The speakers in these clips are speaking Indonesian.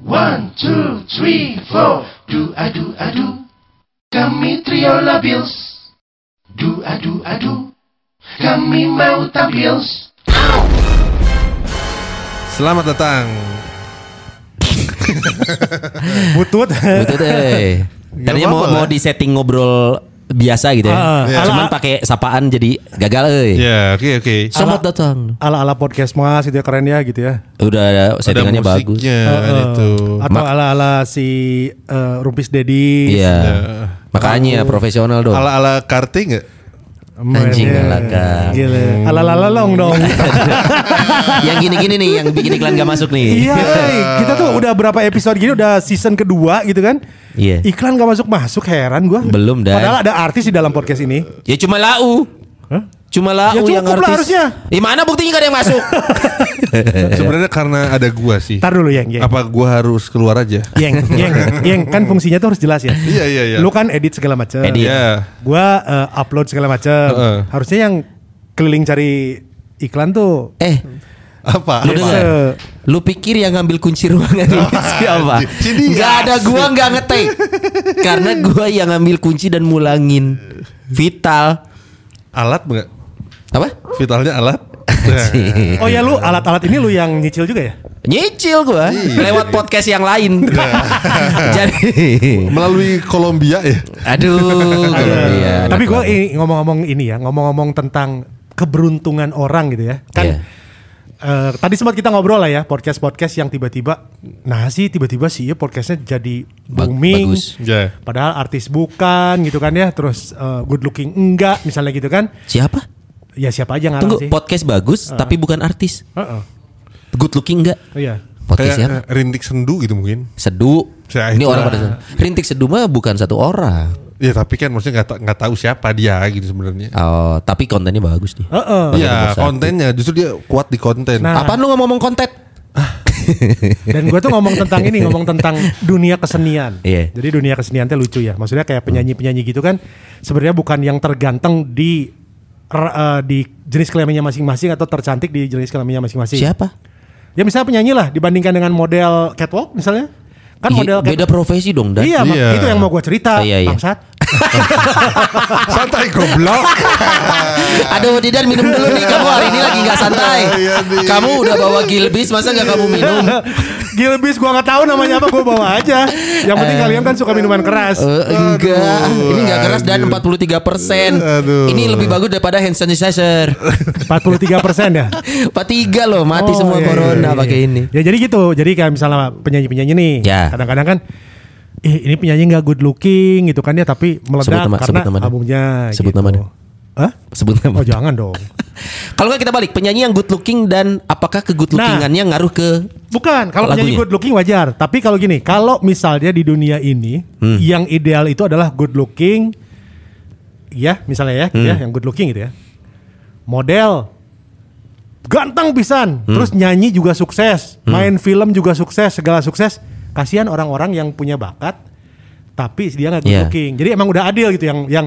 One, two, three, four. Du adu adu. Kami trio labios. Du adu adu. Kami mau tampil. Selamat datang. Butut. Betul deh. Tadinya mau apa-apa mau lah. di setting ngobrol biasa gitu Ah, iya. ya. Cuman pakai sapaan jadi gagal euy. Ya, oke oke. Selamat datang. Ala-ala podcast mas itu ya keren ya gitu ya. Udah ada settingannya bagus. musiknya kan Eh, itu. Atau ala-ala si eh, Rumpis Dedi. Iya. Makanya profesional dong. Ala-ala karti nggak? Anjing Hmm. alaka. Gila. Ala-ala lelong dong. yang gini-gini nih yang bikin iklan gak masuk nih. Iya, eh, kita tuh udah berapa episode gini udah season kedua gitu kan? Iya. Iklan gak masuk masuk heran gua. Belum, Dan. Padahal ada artis di dalam podcast ini. Ya cuma lau. Cuma lau Ya yang cukup lah artis. harusnya. Ya mana buktinya gak ada yang masuk? Sebenarnya karena ada gua sih. Ntar dulu yang yang. Apa gua harus keluar aja? Yang, yang, yang kan fungsinya tuh harus jelas ya. Iya, iya, iya. Lu kan edit segala macam. Edit. Ya. Gua eh, upload segala macam. Heeh. Harusnya yang keliling cari iklan tuh eh, Apa? Apa? lu dengar? Lu pikir yang ngambil kunci ruangan ini siapa? Si dia. Gak ada gua nggak ngetek. Karena gua yang ngambil kunci dan mulangin. Vital. Alat nggak? Apa? Vitalnya alat. Nah. Anjing. Oh ya lu alat-alat ini lu yang nyicil juga ya? Nyicil gua lewat podcast yang lain. Jadi Melalui Kolombia ya. aduh. Iya, Ada. Tapi anak gue banget. ngomong-ngomong ini ya, ngomong-ngomong tentang keberuntungan orang gitu ya. Kan Iya. eh, tadi sempat kita ngobrol lah ya podcast-podcast yang tiba-tiba, nah sih tiba-tiba sih ya podcastnya jadi Ba- booming. bagus. Ya. Padahal artis bukan gitu kan ya, terus eh, good looking enggak misalnya gitu kan. Siapa? Ya siapa aja ngarang Tunggu, sih. podcast bagus tapi bukan artis. Heeh. Good looking enggak? Iya. Podcast siapa? Kayak eh, rintik sendu gitu mungkin. Seduh. Saya Ini itu orang lah. pada Rintik Seduh mah bukan satu orang. Ya tapi kan maksudnya nggak ta- nggak tahu siapa dia gitu sebenarnya. Oh, tapi kontennya bagus nih. Heeh. Iya nomor satu. kontennya justru dia kuat di konten. Nah. Apaan lu ngomong-ngomong konten? Dan gue tuh ngomong tentang ini, ngomong tentang dunia kesenian. Iya. Hmm. Jadi dunia kesenian tuh lucu ya. Maksudnya kayak penyanyi-penyanyi gitu kan sebenarnya bukan yang terganteng di r- eh, di jenis kelaminnya masing-masing atau tercantik di jenis kelaminnya masing-masing. Siapa? Ya misalnya penyanyi lah dibandingkan dengan model catwalk misalnya. Kan Ih, model beda profesi dong, Dan. Iya, mak- Iya. itu yang mau gue cerita. Iya, iya. Bangsat. Santai goblok. Aduh, Didan minum dulu nih kamu hari ini lagi nggak santai. Iya nih. kamu udah bawa Gilbis, masa nggak kamu minum? Gilbis gue nggak tahu namanya apa gue bawa aja. Yang penting kalian kan suka minuman keras. Eh, enggak, Aduh, ini enggak keras dan 43 Aduh. Ini lebih bagus daripada hand sanitizer. 43 persen ya. 43 loh, mati Oh, semua iya, iya, corona iya, pakai iya. ini. Ya jadi gitu. Jadi kayak misalnya penyanyi-penyanyi nih, Ya. kadang-kadang kan eh ini penyanyi nggak good looking gitu kan ya, tapi meledak Sebut nama- karena sebut namanya. albumnya Sebut gitu. namanya. Hah? Sebut nama. Oh jangan dong. Kalau nggak kita balik, penyanyi yang good looking dan apakah ke good Nah. lookingannya ngaruh ke Bukan, kalau penyanyi Lagunya. good looking wajar, tapi kalau gini, kalau misalnya di dunia ini Hmm. yang ideal itu adalah good looking ya, misalnya ya, Hmm. gitu ya, yang good looking gitu ya. Model ganteng pisan, Hmm. terus nyanyi juga sukses, main film juga sukses, segala sukses. Kasihan orang-orang yang punya bakat tapi dia nggak good Iya. looking. Jadi emang udah adil gitu yang yang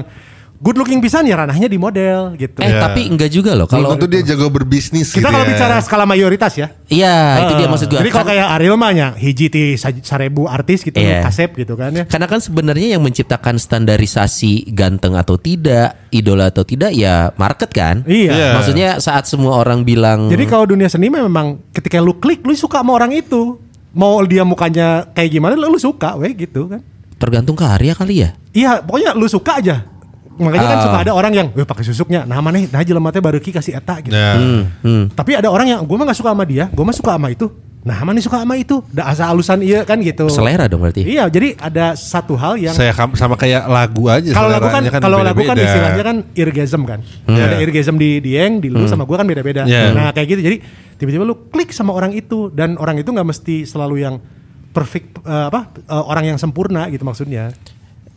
good looking pisan ya ranahnya di model gitu. Eh, Iya. tapi enggak juga loh. Kalau Kalau itu dia jago berbisnis gitu Kita ya. kalau bicara skala mayoritas ya. iya, itu dia Ah. maksud gua. Jadi kalau Kan- kayak Ariel mah ya hiji ti sa- seribu artis gitu Iya. kasep gitu kan ya. Karena kan sebenarnya yang menciptakan standarisasi ganteng atau tidak, idola atau tidak ya market kan? Iya. Iya. Maksudnya saat semua orang bilang Jadi kalau dunia seni memang ketika lu klik lu suka sama orang itu. Mau dia mukanya kayak gimana lu lu suka weh gitu kan. tergantung karya kali ya. Iya, pokoknya lu suka aja. Makanya Ah. kan suka ada orang yang "Weh, pakai susuknya. Nah, mana nah jelema teh baruki kasih eta gitu. Nah, Hmm. Tapi ada orang yang gua mah gak suka sama dia, gua mah suka sama itu. Nah, mana suka sama itu. Da asa alusan iya kan gitu. Selera dong berarti. Iya, jadi ada satu hal yang saya kam- sama kayak lagu aja. kalau lagu kan, Iya, seleranya kalau lagu kan beda-beda. Hmm. Iya. istilahnya kan irgasm kan ada Yeah. irgasm di Dieng di lu Hmm. sama gua kan beda beda Yeah. nah kayak gitu jadi tiba-tiba lu klik sama orang itu dan orang itu nggak mesti selalu yang perfect eh, apa eh, orang yang sempurna gitu maksudnya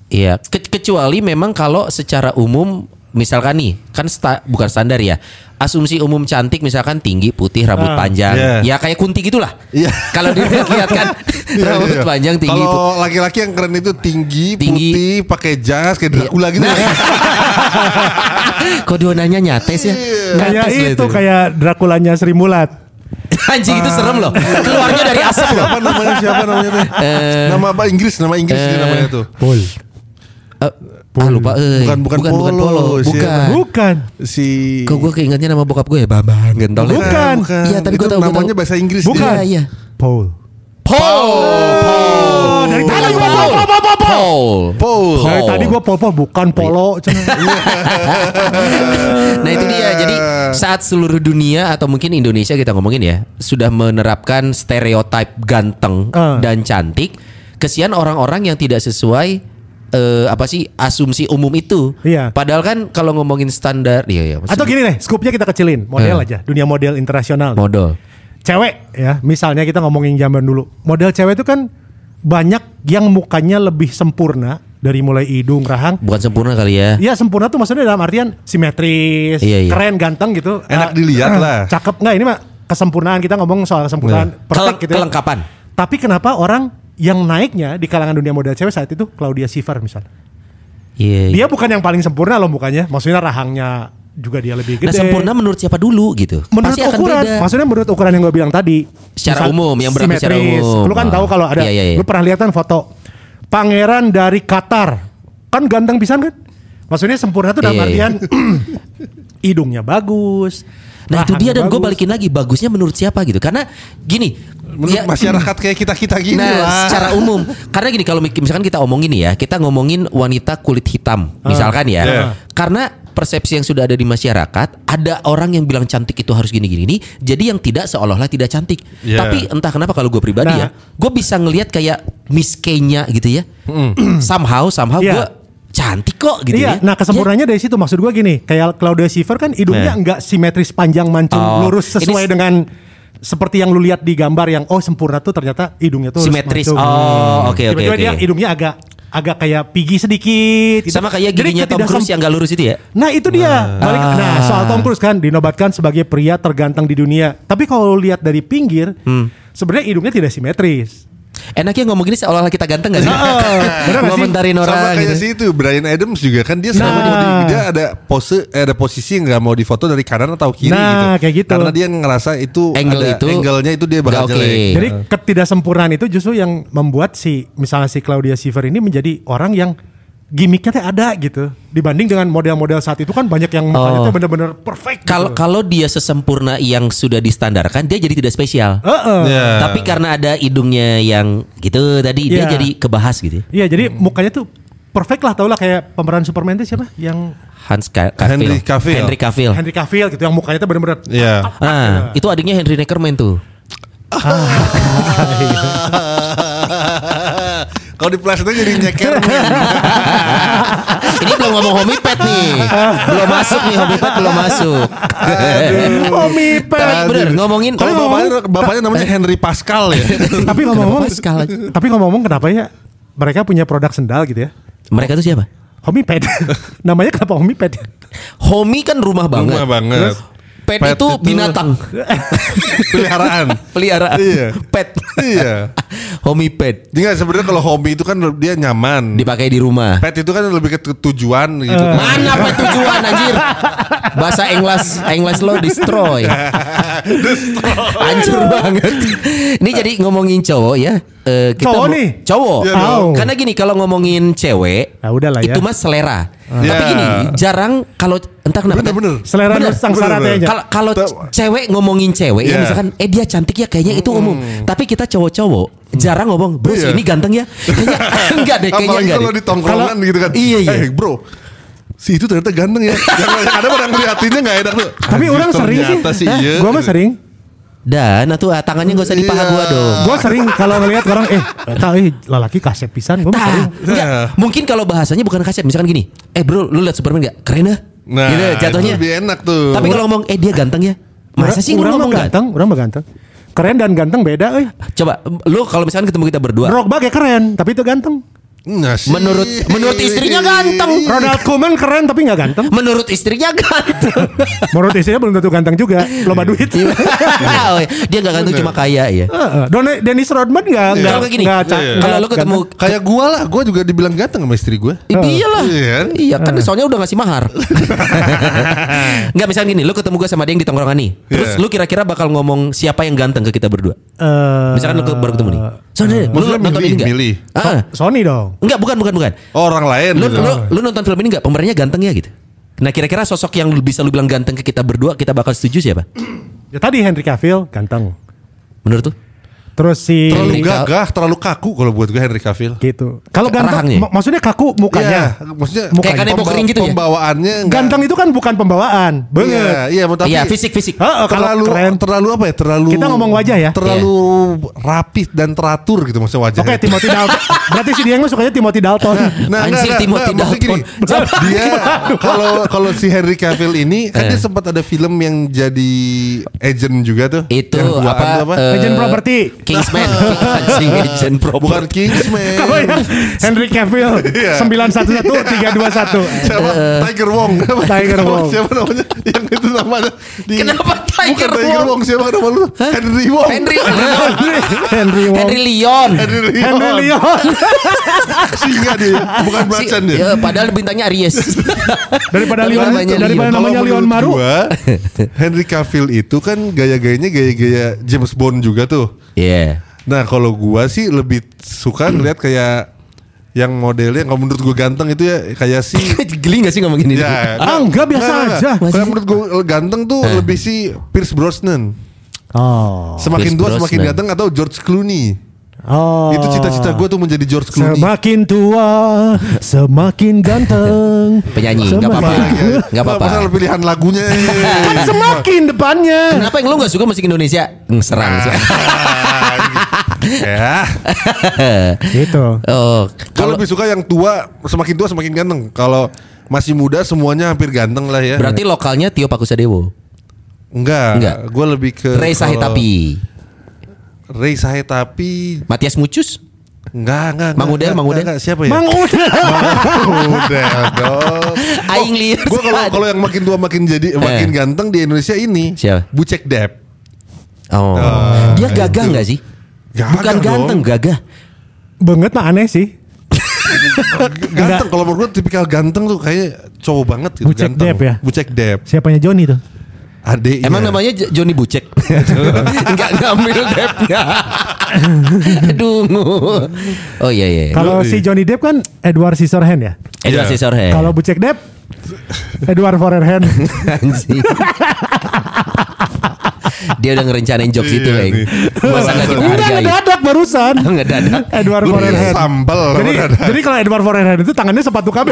Iya, ke- kecuali memang kalau secara umum misalkan nih, kan sta- bukan standar ya. Asumsi umum cantik misalkan tinggi, putih, Ah. rambut panjang. iya. Ya kayak Kunti gitulah. Iya. Kalau dilihat kan Iya, rambut iya. panjang, tinggi, Kalau putih. laki-laki yang keren itu tinggi, Tinggi. Iya. Nah, putih, pakai jas kayak Dracula gitu. Kok dua nanya nyates ya? kayak Iya. Nyates lah itu kayak Draculanya Sri Mulat Anjing itu serem loh. Ah. Keluarnya dari Eh. asap loh. Siapa namanya siapa namanya tuh? Nama apa Inggris? Nama Inggris sih namanya tuh. Pol. Eh, ah, lupa eh. Bukan- bukan bukan polo, polo. siapa? Bukan. Bukan. Si Kok gue keingetnya nama bokap gue ya Bambang Gentol Bukan, Bukan. bukan. Iya, tapi Itu gua tahu, gua namanya tahu. bahasa Inggris Bukan. Iya dia. iya Pol. Paul Oh, dari tadi gua pol. Paul Paul. Iya. Dari tadi gua pol pol bukan polo. Cuman- Nah itu dia Jadi Ah. saat seluruh dunia Atau mungkin Indonesia kita ngomongin ya Sudah menerapkan stereotip ganteng Eh. Dan cantik Kesian orang-orang yang tidak sesuai eh, Apa sih Asumsi umum itu Iya. Padahal kan Kalau ngomongin standar Iya iya maksud- Atau gini deh, scoopnya kita kecilin, Iya. model Eh. aja, dunia model internasional. Modal cewek ya, misalnya kita ngomongin zaman dulu, model cewek itu kan banyak yang mukanya lebih sempurna dari mulai hidung, rahang. Bukan sempurna kali ya Ya sempurna tuh maksudnya dalam artian simetris, Iya, iya. Ah, keren, ganteng gitu. Enak Eh, dilihat lah. Cakep nggak ini mah kesempurnaan kita ngomong soal kesempurnaan perfect Iya. Keleng- gitu. ya. kelengkapan. Tapi kenapa orang yang naiknya di kalangan dunia model cewek saat itu Claudia Schiffer misalnya. Iya iya. Dia bukan yang paling sempurna loh mukanya, maksudnya rahangnya juga dia lebih gede. Nah sempurna menurut siapa dulu gitu menurut Pasti akan ukuran, beda maksudnya menurut ukuran yang gue bilang tadi, Secara umum, yang berlaku secara simetris. umum. Lu kan Ah. tahu kalau ada, Iya, iya, iya. lu pernah lihat kan foto pangeran dari Qatar, kan ganteng pisan kan? Maksudnya sempurna tuh dalam Iya, artian iya. hidungnya bagus. Nah itu rahangnya dia dan gue bagus. balikin lagi Bagusnya menurut siapa gitu Karena gini Menurut ya- masyarakat kayak kita-kita gini nah, lah. secara umum. Karena gini kalau mik- misalkan kita omongin nih ya, kita ngomongin wanita kulit hitam Ah. misalkan ya. Iya. Karena persepsi yang sudah ada di masyarakat, ada orang yang bilang cantik itu harus gini-gini nih, jadi yang tidak seolah-olah tidak cantik. Iya. Tapi entah kenapa kalau gue pribadi Nah. ya, gue bisa ngelihat kayak Miss Kenya gitu ya. somehow somehow Iya. gue cantik kok gitu iya, ya. nah kesempurnaannya dari situ maksud gue gini, kayak Claudia Schiffer kan hidungnya Nah. enggak simetris panjang mancung Oh, lurus sesuai ini s- dengan seperti yang lu lihat di gambar yang oh sempurna tuh ternyata hidungnya tuh lurus Simetris. mancung. Hmm. Oh, oke, oke, Tiba-tiba oke. dia hidungnya agak agak kayak pigi sedikit. gitu. Sama kayak Jadi giginya Tom ketidaksem- Cruise yang gak lurus itu ya. Nah itu dia. Balik, Nah soal Tom Cruise kan dinobatkan sebagai pria terganteng di dunia. Tapi kalau lu lihat dari pinggir, Hmm. sebenarnya hidungnya tidak simetris. Enaknya ngomong gini seolah-olah kita ganteng gak sih? bener gak sih? Ngomentarin orang Sama kayak gitu. si itu Brian Adams juga kan dia Nah. sama mau di- dia ada pose eh, ada posisi yang nggak mau difoto dari kanan atau kiri Nah, gitu. kayak gitu. Karena dia ngerasa itu Angle ada itu angle-nya itu dia bakal nggak oke. jelek. Jadi ketidaksempurnaan itu justru yang membuat si misalnya si Claudia Schiffer ini menjadi orang yang gimmicknya teh ada gitu. Dibanding dengan model-model saat itu kan banyak yang mukanya Oh. tuh bener-bener perfect. gitu. Kalau kalau dia sesempurna yang sudah distandarkan, dia jadi tidak spesial. Heeh. Ya. Tapi karena ada hidungnya yang gitu tadi dia Iya. jadi kebahas gitu. Iya jadi mukanya tuh perfect lah tau lah kayak pemeran Superman itu siapa yang Hans Ca- Cavill. Henry Cavill. Henry Cavill. Henry Cavill gitu yang mukanya tuh bener-bener Iya. Ah, itu adiknya Henry Neckerman tuh. Iya. Kalau di plastik jadi nyeker. Ini belum ngomong homipet nih. belum masuk nih homipet belum masuk. Oh, Tommy Pet. Tapi bener ngomongin Kalau bapaknya, bapaknya namanya Henry Pascal ya. tapi ngomong-ngomong Kenapa Pascal? tapi ngomong-ngomong kenapa ya mereka punya produk sendal gitu ya mereka tuh siapa? homiped namanya kenapa homiped ya? Homi kan rumah banget. Rumah banget. Pet, itu binatang peliharaan. peliharaan. Iya. Pet. iya. Homi pet Jadi nggak, sebenarnya kalau hobi itu kan dia nyaman. dipakai di Eh. rumah. Pet itu kan lebih ke tu- tujuan gitu. kan. Mana apa tujuan anjir? Bahasa Englas Englas lo destroy. Hancur banget. Ini jadi ngomongin cowok ya. Eh, kita Cowok mau- nih? Cowok. Iya dong. Karena gini kalau ngomongin cewek, Ah, udahlah ya. Itu mah selera. Tapi Iya. gini, jarang kalau entah kenapa. Bener-bener. selera Bener. lu sangsara Bener, bener. tehnya. Kalau kalau Tau- c- cewek ngomongin cewek Iya. ya Hmm. misalkan eh dia cantik ya kayaknya itu umum. Tapi kita cowok-cowok jarang ngomong, "Bro, Iya. ini ganteng ya." Kayaknya enggak deh, kayaknya Apalagi enggak. kalau deh. di tongkrongan Kalau- gitu kan. Iya, iya. Eh, bro, si itu ternyata ganteng ya. Yang yang ada orang ngeliatinnya nggak enak tuh. tapi Anjir, orang sering sih, ternyata Hah? iya. gua mah sering Dan atau ah, tangannya gak usah di paha Iya. gua dong. gua sering kalau ngelihat orang eh tak eh lelaki kasep pisan gua mah Tah, sering enggak. Nah. Mungkin kalau bahasanya bukan kasep, misalkan gini, "Eh bro, lu lihat Superman gak? Keren ah." Nah, gitu jatuhnya. itu lebih enak tuh. Tapi kalau ngomong eh dia ganteng ya. Masa sih lu orang ngomong mah ganteng? ganteng orang mah ganteng keren dan ganteng beda eh Coba lu kalau misalkan ketemu kita berdua. Drogba kayak keren tapi itu ganteng Ngasih. Menurut menurut istrinya ganteng. Ronald Koeman keren tapi nggak ganteng. Menurut istrinya ganteng. Menurut istrinya belum tentu ganteng juga. Loba Iya. duit. Oh, Dia nggak ganteng cuma kaya ya. Heeh. Don- Dennis Rodman nggak nggak Iya. Kalau gini, nggak ca- kalau nggak lu ketemu ganteng. Kayak gua lah, gua juga dibilang ganteng sama istri gua. Iya iyalah. Iya kan? Iya kan soalnya udah ngasih mahar. Enggak misalnya gini, lu ketemu gue sama dia yang di tongkrongan nih. Terus Iya. lu kira-kira bakal ngomong siapa yang ganteng ke kita berdua? Eh, Misalkan lu ke- baru ketemu nih. Soalnya lu Maksudnya nonton milih, ini enggak? milih. Ah, Sony dong. enggak, bukan bukan bukan. Orang lain Lu, gitu. lu, lu nonton film ini enggak? Pemerannya ganteng ya gitu. Nah kira-kira sosok yang lu bisa lu bilang ganteng ke kita berdua kita bakal setuju siapa? Ya tadi Henry Cavill ganteng. Menurut tuh? Terus si terlalu Henry Cav- gagah, terlalu kaku kalau buat gua Henry Cavill. gitu. Kalau ganteng Rahangnya. mak- maksudnya kaku mukanya. Iya, maksudnya Kayak kan pemba- kering gitu ya? Pembawaannya enggak- Ganteng itu kan bukan pembawaan, Iya, banget. iya, mau tapi Iya fisik fisik. Hah? Eh, kalau terlalu keren. terlalu apa ya? Terlalu Kita ngomong wajah ya? Iya. Terlalu rapi dan teratur gitu maksudnya wajahnya. Oke, Timothy Dalton. Berarti si Dieng mah sukanya Timothy Dalton. Nah, Anjing, Timothy maksudnya Dalton. gini, dia kalau kalau si Henry Cavill ini kan Eh. dia sempat ada film yang jadi agent juga tuh. Itu Yang buatan apa? tuh eh, Agent property. Kingsman. Anjing, Agent property. Bukan Kingsman. Kalau yang Oh, iya. Henry Cavill 911 321. Iya. Siapa? Eh, Tiger Wong. Tiger Wong. Siapa namanya? Yang itu nama ada di Kenapa Tiger Bukan Tiger Wong? Wong siapa nama lu? Henry Wong. Henry Henry Wong. Henry Leon. Henry Wong. Henry Leon Singa dia, bukan Si- macan dia. ya, Padahal bintangnya Aries. daripada Tapi Leon namanya Iya, daripada Leon. namanya Iya, Kalau Leon menurut Maru. gua, Henry Cavill itu kan gaya-gayanya gaya-gaya James Bond juga tuh. Iya. Nah kalau gua sih lebih suka ngeliat kayak yang modelnya kalau menurut gua ganteng itu ya kayak si Geli gak sih ngomong gini? ya Ah, enggak, biasa aja. Eh. Kalau menurut gua ganteng tuh lebih si Pierce Brosnan. Oh. Semakin tua Pierce semakin Brosnan. ganteng atau George Clooney. Oh. Itu cita-cita gua tuh menjadi George Clooney. Semakin tua, semakin ganteng. Penyanyi, Semakin- nggak apa-apa. Nggak apa-apa. Iya. Masalah pilihan lagunya. Kan semakin depannya. Iya. Kenapa yang lu gak suka musik Indonesia? Hmm, Serang Nah. sih. ya. Gitu. Oh, Kalau kalau lebih suka yang tua, semakin tua semakin ganteng. Kalau masih muda semuanya hampir ganteng lah ya. berarti lokalnya Tio Pakusadewo. enggak, Enggak. gue lebih ke Eh, Ray kalau- Sahetapi. Ray Sahetapi Matias Mucus. enggak enggak. Mang Udel, Mang Udel. siapa ya? Mang udah. Mang Udel dong. Aing liur. Gue Oh, kalau kalau yang makin tua makin jadi makin ganteng di Indonesia ini. Siapa? Bucek Dep. Oh. Dia gagah itu. gak sih? Eh, Gagah Bukan Ya, dong. ganteng, gagah. Banget mah aneh sih. Ganteng kalau menurut gue tipikal ganteng tuh kayak cowok banget gitu Bucek ganteng. Dep ya? Bucek Dep. Siapanya Joni tuh? Adeknya. Emang namanya J- Johnny Bucek. Enggak ngambil depnya. Aduh. Oh iya iya. Kalau Iya. si Johnny Depp kan Edward Scissorhand ya. Iya. Edward Scissorhands. Kalau Bucek Depp Edward Forerhand. Anjing. Dia udah ngerencanain jokes itu, Iya Bang. nih. Masa nggak Enggak dihargai? ngedadak barusan. Ngedadak. Edward Gua Forerhand. sambel. Jadi, jadi kalau Edward Forerhand itu tangannya sepatu KB.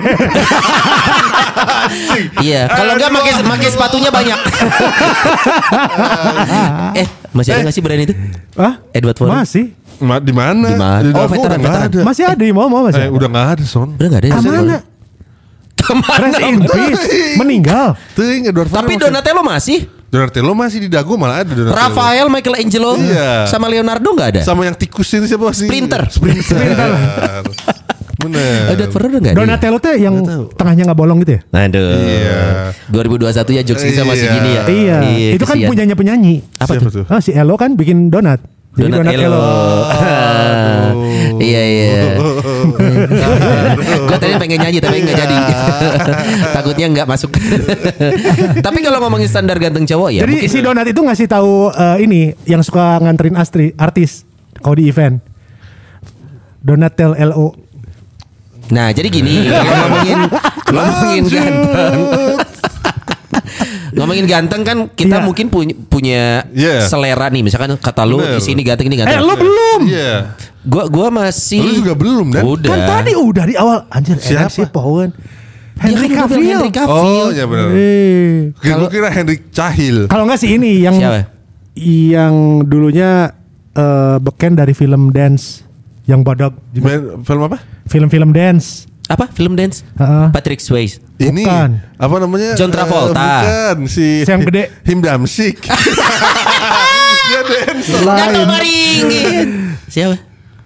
Iya, kalau enggak Aduh. pakai pakai sepatunya banyak. eh, masih ada enggak sih brand itu? Hah? Edward Forerhand. Masih. Ma- di mana? Di mana? Oh, dapur udah nggak veteran, veteran. ada. Masih ada di mau mau masih. Eh, ada. udah nggak ada son. Udah enggak ada. ya, Kemana? Edward Forerhand? Rest in Kemana? peace. Meninggal. Eh, Ting, Edward Tapi Forerhand masih- Donatello masih. Donatello masih di dagu malah ada Donatello. Rafael, Michelangelo, Iya. sama Leonardo enggak ada. Sama yang tikus itu siapa sih? Splinter. Splinter. Bener. Eh, Edward Forerhand enggak ada. ya? Donatello tuh yang tengahnya nggak bolong gitu ya? Aduh. Iya. 2021 ya jokes kita masih Iya. gini ya. Iya. Itu kan kesian. punyanya penyanyi. Apa Siapa tuh? tuh? Ah, si Elo kan bikin donat. Jadi Donat Elo. Iya iya. Gue tadi pengen nyanyi tapi nggak jadi. Iya. Takutnya nggak masuk. tapi kalau ngomongin standar ganteng cowok ya. Jadi mungkin- si Donat itu ngasih tahu eh, ini yang suka nganterin astri, artis kalau di event. Donatel LO. Nah jadi gini kalau ngomongin ngomongin ganteng. ngomongin ganteng kan kita Iya. mungkin punya, punya Iya. selera nih misalkan kata lu Bener. di sini ganteng Eh ini ganteng. lo belum. Iya. Gua gua masih Lu juga belum, Dan. Udah. Kan tadi udah di awal anjir Siapa? enak sih Powen. Ya kan Henry gua bilang Cavill. Henry Cavill. Oh, ya benar. Eh. Gue kira Henry Cahil. Kalau nggak sih ini yang Siapa? yang dulunya eh, beken dari film dance yang bodoh Main film apa? film-film dance. Apa film dance? Heeh. Patrick Swayze. Ini Bukan. apa namanya? John Eh, Travolta. bukan si Si yang gede. Him Damsik. Dia dancer. Lain. Siapa?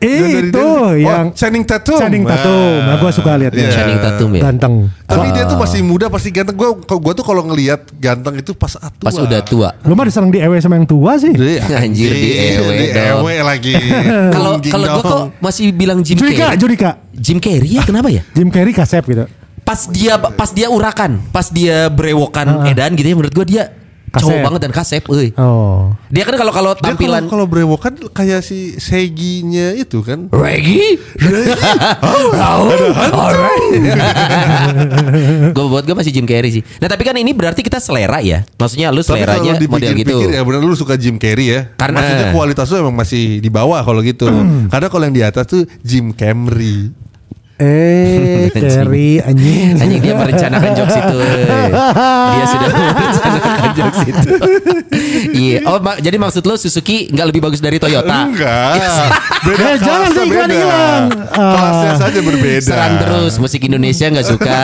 Eh, Dari- dari- itu oh, yang- Channing Tatum. Channing Tatum. Nah, gua suka Ah. lihat Iya. dia. Channing Tatum ya. Ganteng. Tapi dia tuh masih muda, pasti ganteng. Gua gua tuh kalau ngelihat ganteng itu pas tua. Pas udah tua. Lu mah diserang di EW sama yang tua sih. Dia Anjir, di ewe Iya, Di dong. ewe lagi. Kalau Anjing kalau gua dong. kok masih bilang Jim Judika, Carrey. Judika. Jim Carrey ya kenapa ya? Jim Carrey kasep gitu. Pas dia pas dia urakan, pas dia berewokan edan gitu ya menurut gua dia cowok Kasep. banget dan kasep euy. Oh. Dia kan kalau kalau Dia tampilan kalau kalau berewokan kayak si Seginya itu kan. Reggie? Oh, gue buat gue masih Jim Carrey sih. Nah tapi kan ini berarti kita selera ya. Maksudnya lu seleranya Tapi kalau model gitu. dipikir-pikir Ya benar lu suka Jim Carrey ya. Karena- maksudnya kualitas lu emang masih di bawah kalau gitu. Hmm. Karena kalau yang di atas tuh Jim Camry. Eh, Carrey anjing. Hanya dia merencanakan jokes itu. eh. Dia sudah merencanakan jokes itu. Iya. Oh ma- jadi maksud lu Suzuki nggak lebih bagus dari Toyota? Enggak. Beda Eh, kelasnya jangan sih, iklan beda. hilang. Ah. Kelasnya saja berbeda. Serang terus musik Indonesia nggak suka.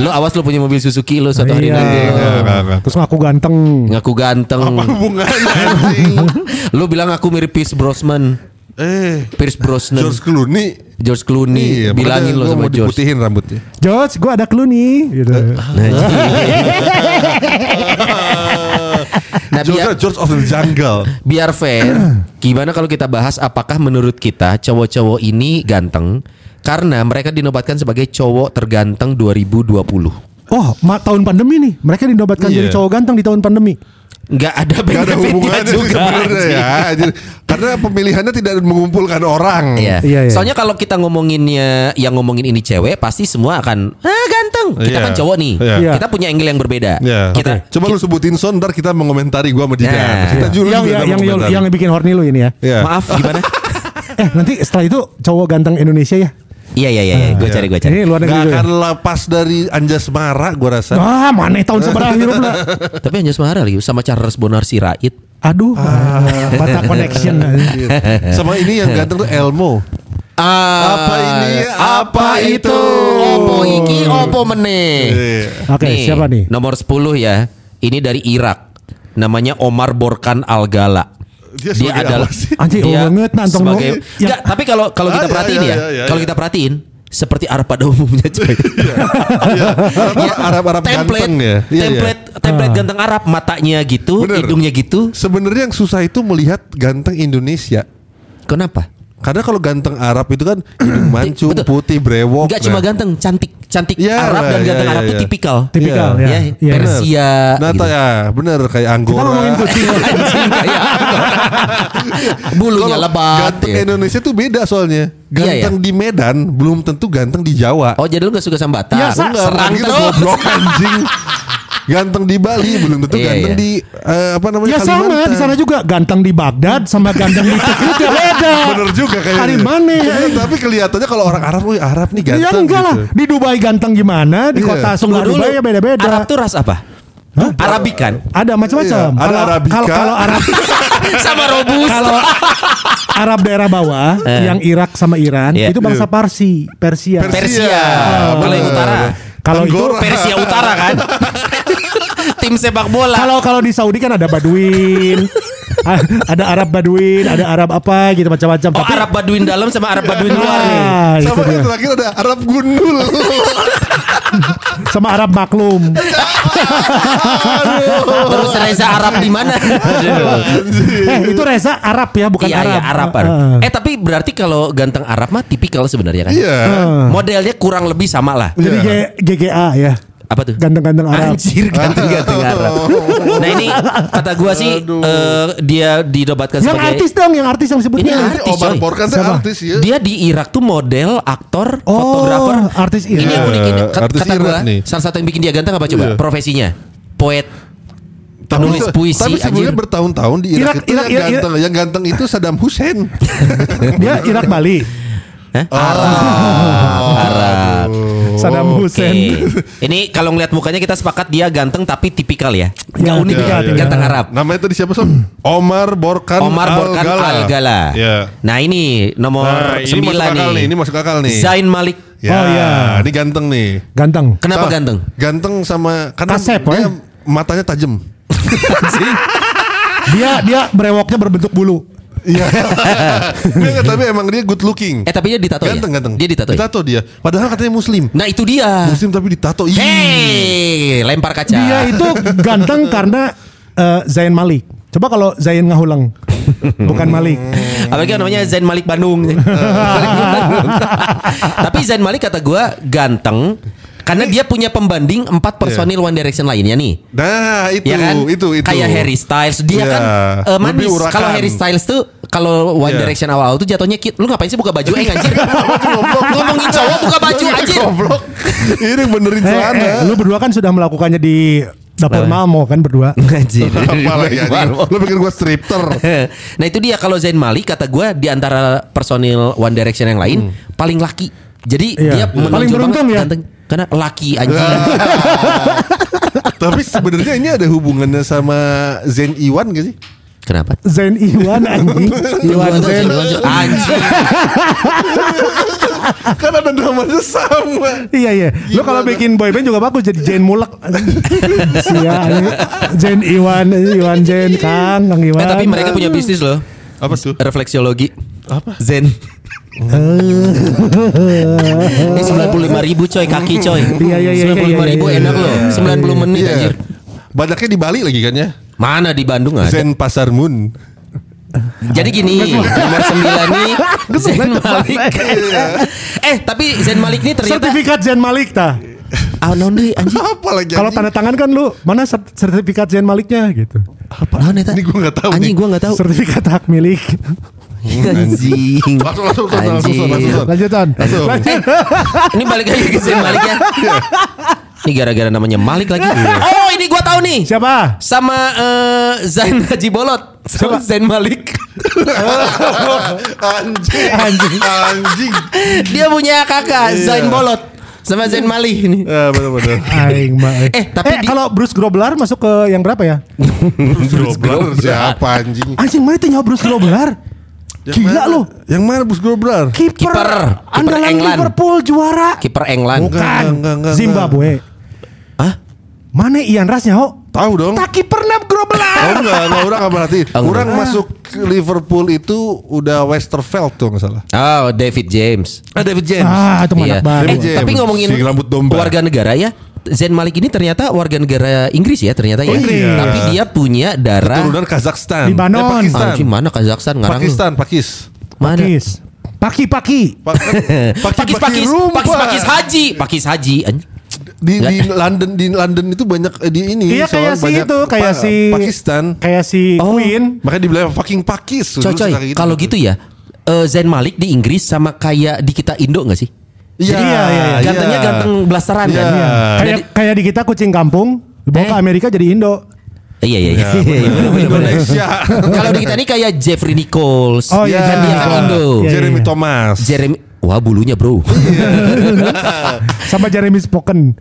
Lu awas lu punya mobil Suzuki lu suatu hari Iya. nanti. Enggak, enggak, enggak. Terus ngaku ganteng. Ngaku ganteng. Apa hubungannya anjing? Lu bilang aku mirip Pierce Brosnan. Eh, Pierce Brosnan. George Clooney. Iya, George Clooney makanya bilangin lo gua sama mau George. diputihin rambutnya. George, gua ada clue nih gitu. Nah, jadi- nah George, biar, George of the Jungle. biar fair, gimana kalau kita bahas apakah menurut kita cowok-cowok ini ganteng karena mereka dinobatkan sebagai cowok terganteng 2020. Oh, ma- tahun pandemi nih. Mereka dinobatkan Iya. jadi cowok ganteng di tahun pandemi. Nggak ada Gak ada benefitnya hubungannya juga. sebenarnya anjing. ya. Jadi, Karena pemilihannya tidak mengumpulkan orang. Iya. Iya, iya. Soalnya kalau kita ngomonginnya yang ngomongin ini cewek pasti semua akan ah ganteng. Kita Iya. kan cowok nih. Iya. Kita punya angle yang berbeda. Ya, Kita oke. coba lu sebutin son, ntar kita mengomentari gua sama Dika. Nah. Kita juga Iya. yang yang yang, yang, yang bikin horny lu ini ya. ya. maaf gimana? Eh, nanti setelah itu cowok ganteng Indonesia ya. Iya iya iya, iya. gue cari gue cari. Ini luar negeri Gak dulu ya. akan lepas dari Anjas Mara gua rasa. Ah, mana tahun seberapa hidup lah. Tapi Anjas Mahara lagi sama Charles Bonar Sirait. Aduh, Ah. patah connection. Sama ini yang ganteng tuh Elmo. Apa ini? Ah, Apa itu? Opo iki opo meneh. Iya. Oke, siapa nih? Nomor 10 ya. Ini dari Irak. Namanya Omar Borkan Al Gala. Dia sebagai apa sih? Anjing, banget, nantong sebagai, lu. Ya. Nggak, tapi kalau kalau Ah, kita ya, perhatiin ya, ya, ya, ya, kalau ya. kita perhatiin seperti Arab pada umumnya coy. Arab- Arab-Arab Iya. template, Iya. ganteng ya. Iya, iya. template, template Ah. ganteng Arab matanya gitu, Bener. hidungnya gitu. Sebenarnya yang susah itu melihat ganteng Indonesia. Kenapa? Karena kalau ganteng Arab itu kan hidung mancung, Iya, Betul. putih, brewok. Enggak Nah. cuma ganteng, cantik, cantik Ya, Arab dan ya, ganteng ya, Arab itu ya. tipikal. Tipikal Iya. ya. Ya, Iya. Bener. Persia, Nah, gitu. ya, bener kayak Anggora. Kita ngomongin kucing. Anjing, iya. kayak bulunya Eh, Kalau lebat. Ganteng ya. Iya, Indonesia tuh beda soalnya. Ganteng di Medan belum tentu ganteng di Jawa. Nah, Oh jadi lu gak suka sama Batak? Ya, sa- Enggak, serang orang kita terus. gitu, goblok anjing. Ganteng di Bali belum tentu Iya, ganteng iya. di eh, apa namanya Ya sama Kalimantan. di sana juga ganteng di Baghdad sama ganteng di Tikrit ya beda. Bener juga kayaknya. Karimane. Iya, tapi kelihatannya kalau orang Arab, wih Arab nih Ya ganteng enggak lah. gitu. Di Dubai ganteng gimana? Di Iya. kota Tunggu Sunda dulu. Dubai ya beda-beda. Arab tuh ras apa? Hah? Arabik kan? Ada macam-macam. Iya, ada Kalau- Arabica. Kalau kalau Arab sama Robus. kalau Arab daerah bawah yang Irak sama Iran Eh. Iya. itu bangsa Parsi, Persia. Persia. Persia. Iya. Kalau yang bener. utara. Kalau itu Anggora. Persia utara kan? Tim sepak bola. Kalau kalau di Saudi kan ada Baduin, A- ada Arab Baduin, ada Arab apa gitu macam-macam. Oh Arab Baduin dalam sama Arab Baduin luar nih. Ah, itu Sama dia. yang terakhir ada Arab gundul. sama Arab maklum. Terus Reza Arab di mana? eh, itu Reza Arab ya, bukan Iya, Arab. iya Arab. Arab. Ah, Eh tapi berarti kalau ganteng Arab mah tipikal sebenarnya kan? Iya. Modelnya kurang lebih sama lah. Jadi G- GGA ya. Apa tuh? Ganteng-ganteng Arab. Anjir ganteng-ganteng Arab. Nah ini kata gua sih eh, dia dinobatkan Yang sebagai artis dong, yang artis yang Ini sebutnya. artis, Omar coy. Borkan tuh Sama. artis ya. Dia di Irak tuh model, aktor, Oh, fotografer. artis Irak. Ini yang unik ini. Iya, Kat- artis Kata Irak gua nih. salah satu yang bikin dia ganteng apa coba? Iya. Profesinya poet, penulis puisi. Tapi sebelumnya anjir. bertahun-tahun di Irak, Irak- itu Irak- yang Irak- ganteng, yang ganteng itu Saddam Hussein. Dia Irak Bali. Oh. Arab. Saddam Oke. Hussein. Ini kalau ngeliat mukanya kita sepakat dia ganteng tapi tipikal ya. Iya, Enggak unik iya, ya, iya. ganteng Arab. Namanya tadi siapa Sob? Omar Borkan Omar Borkan Al-Gala. Al Gala. Kan Iya. Nah, ini nomor Nah, ini masuk 9 akal nih. nih, ini masuk akal nih. Zain Malik. Ya, Oh, iya. ini ganteng nih. Ganteng. Kenapa Ta- ganteng? Ganteng sama karena Kasep, dia woy. matanya tajam. Dia dia brewoknya berbentuk bulu. Iya. Enggak, tapi emang dia good looking. Eh tapi dia ditato Ganteng, ya? ganteng. Dia ditato ya? Ditato dia. Padahal katanya muslim. Nah itu dia. Muslim tapi ditato. Ih. Hei, lempar kaca. Dia itu ganteng karena eh, Zain Malik. Coba kalau Zain Ngahulang bukan Malik. Apalagi yang kan namanya Zain Malik Bandung. Eh. Tapi Zain Malik kata gua ganteng karena dia punya pembanding Iya. empat personil One Direction lainnya nih. Nah, itu ya kan? itu itu. Kayak Harry Styles dia Iya. kan eh, manis. Lebih urakan. Kalau Harry Styles tuh kalau One Iya. Direction awal-awal tuh jatuhnya kit. Lu ngapain sih buka baju eh anjir? Ngomongin cowok buka baju anjir. Goblok. Ini benerin Eh, celana. eh, lu berdua kan sudah melakukannya di dapur Apa? Malmo kan berdua. Anjir. Apa lagi anjing? Lu pikir gua stripter? nah itu dia kalau Zayn Malik kata gua di antara personil One Direction yang lain Hmm. paling laki. Jadi Iya. dia Iya. menonjol Paling beruntung banget ya. ganteng. Karena laki anjing. Tapi sebenarnya ini ada hubungannya sama Zen Iwan gak sih? Kenapa? Zain Iwan anjing. Iwan Anjing, Zain. anjing, anjing. Ah. Kan ada namanya sama. Iya iya. Gimana? Lu kalau bikin boyband juga bagus jadi Zain Mulek. Iya. anjing. Zain Iwan, Iwan Zain Kang, Kang Iwan. Eh, tapi mereka punya bisnis loh. Apa tuh? Refleksiologi. Apa? Zen. Eh. Ini 95 ribu coy kaki coy Iya, iya, iya, iya, 95 ribu iya, iya, enak iya, loh iya, 90 menit anjir Iya. Banyaknya di Bali lagi kan ya? Mana di Bandung ada Zen Pasar Moon. Jadi gini, nomor 9 nih Zain Malik. eh, tapi Zain Malik ini ternyata Sertifikat Zain Malik tah. Ah, non deui, anjing. Apa lagi? Kalau anjing? tanda tangan kan lu mana sert- sertifikat Zain Maliknya gitu. Apa naon eta? Ini gua nggak tahu Anjing nih. gua enggak tahu. Sertifikat hak milik. Anjing. Langsung, langsung, langsung, langsung, Anjing. langsung, langsung. Lanjutan. Langsung. Iya. Eh, ini balik lagi ke Zain Malik ya. Ini gara-gara namanya Malik lagi. Oh, ini gua tahu nih. Siapa? Sama eh, Zain Haji Bolot. Sama Zain Malik. anjing. Anjing. Anjing. Dia punya kakak Iya. Zain Bolot sama Zain Malik ini. Eh, bener-bener. Aing mah. Eh, tapi di- Hmm. kalau Bruce Grobler masuk ke yang berapa ya? Grobler siapa anjing? Anjing mana itu nyawa Bruce Grobler? Ah, Gila mana? lu. Yang mana Bus Grobler? Kiper Kiper. Kiper andalan England. Liverpool juara. Kiper England. Enggak, enggak, enggak, enggak. Zimbabwe. Hah? Mana Ian Rasnya, Ho? Tahu dong. Tak Ah. kiper nap Grobler. Oh enggak, enggak orang enggak perhatiin. Oh, enggak. Orang masuk ke Liverpool itu udah Westerveld tuh enggak salah. Oh, David James. Ah David James. Ah, itu Iya. mana baru. Eh, James. tapi ngomongin Si rambut domba. warga negara ya. Zain Malik ini ternyata warga negara Inggris ya ternyata Oh, ya. iya. Tapi dia punya darah Keturunan Kazakhstan. Libanon. Eh, Pakistan. Anjing mana Kazakhstan ngarang lu. Pakistan, Pakis. Mana? Pakis. Paki-paki. Pa- Pakis, Pakis Pakis Rumpah. Pakis Pakis Haji Pakis Haji anjing. Di, Ya. di London di London itu banyak eh, di ini Iya soalnya kayak si banyak itu, kayak pa- si Pakistan. Kayak si Oh. Queen. Makanya dibilang fucking Pakis. Coy dulu coy suka kayak kalau gitu ya eh, Zain Malik di Inggris sama kayak di kita Indo nggak sih? Iya, Iya, iya, iya. Gantengnya ganteng blasteran kan? Iya. Kayak kayak di kita kucing kampung, dibawa Eh. ke Amerika jadi Indo. Iya iya Ya, iya. gitu. Indonesia. iya, Kalau di kita ini kayak Jeffrey Nichols. Oh, iya, kan dia Jeffrey kan Nichols. Indo. Iya, Jeremy iya. Thomas. Jeremy Wah bulunya bro Sama Jeremy Spoken.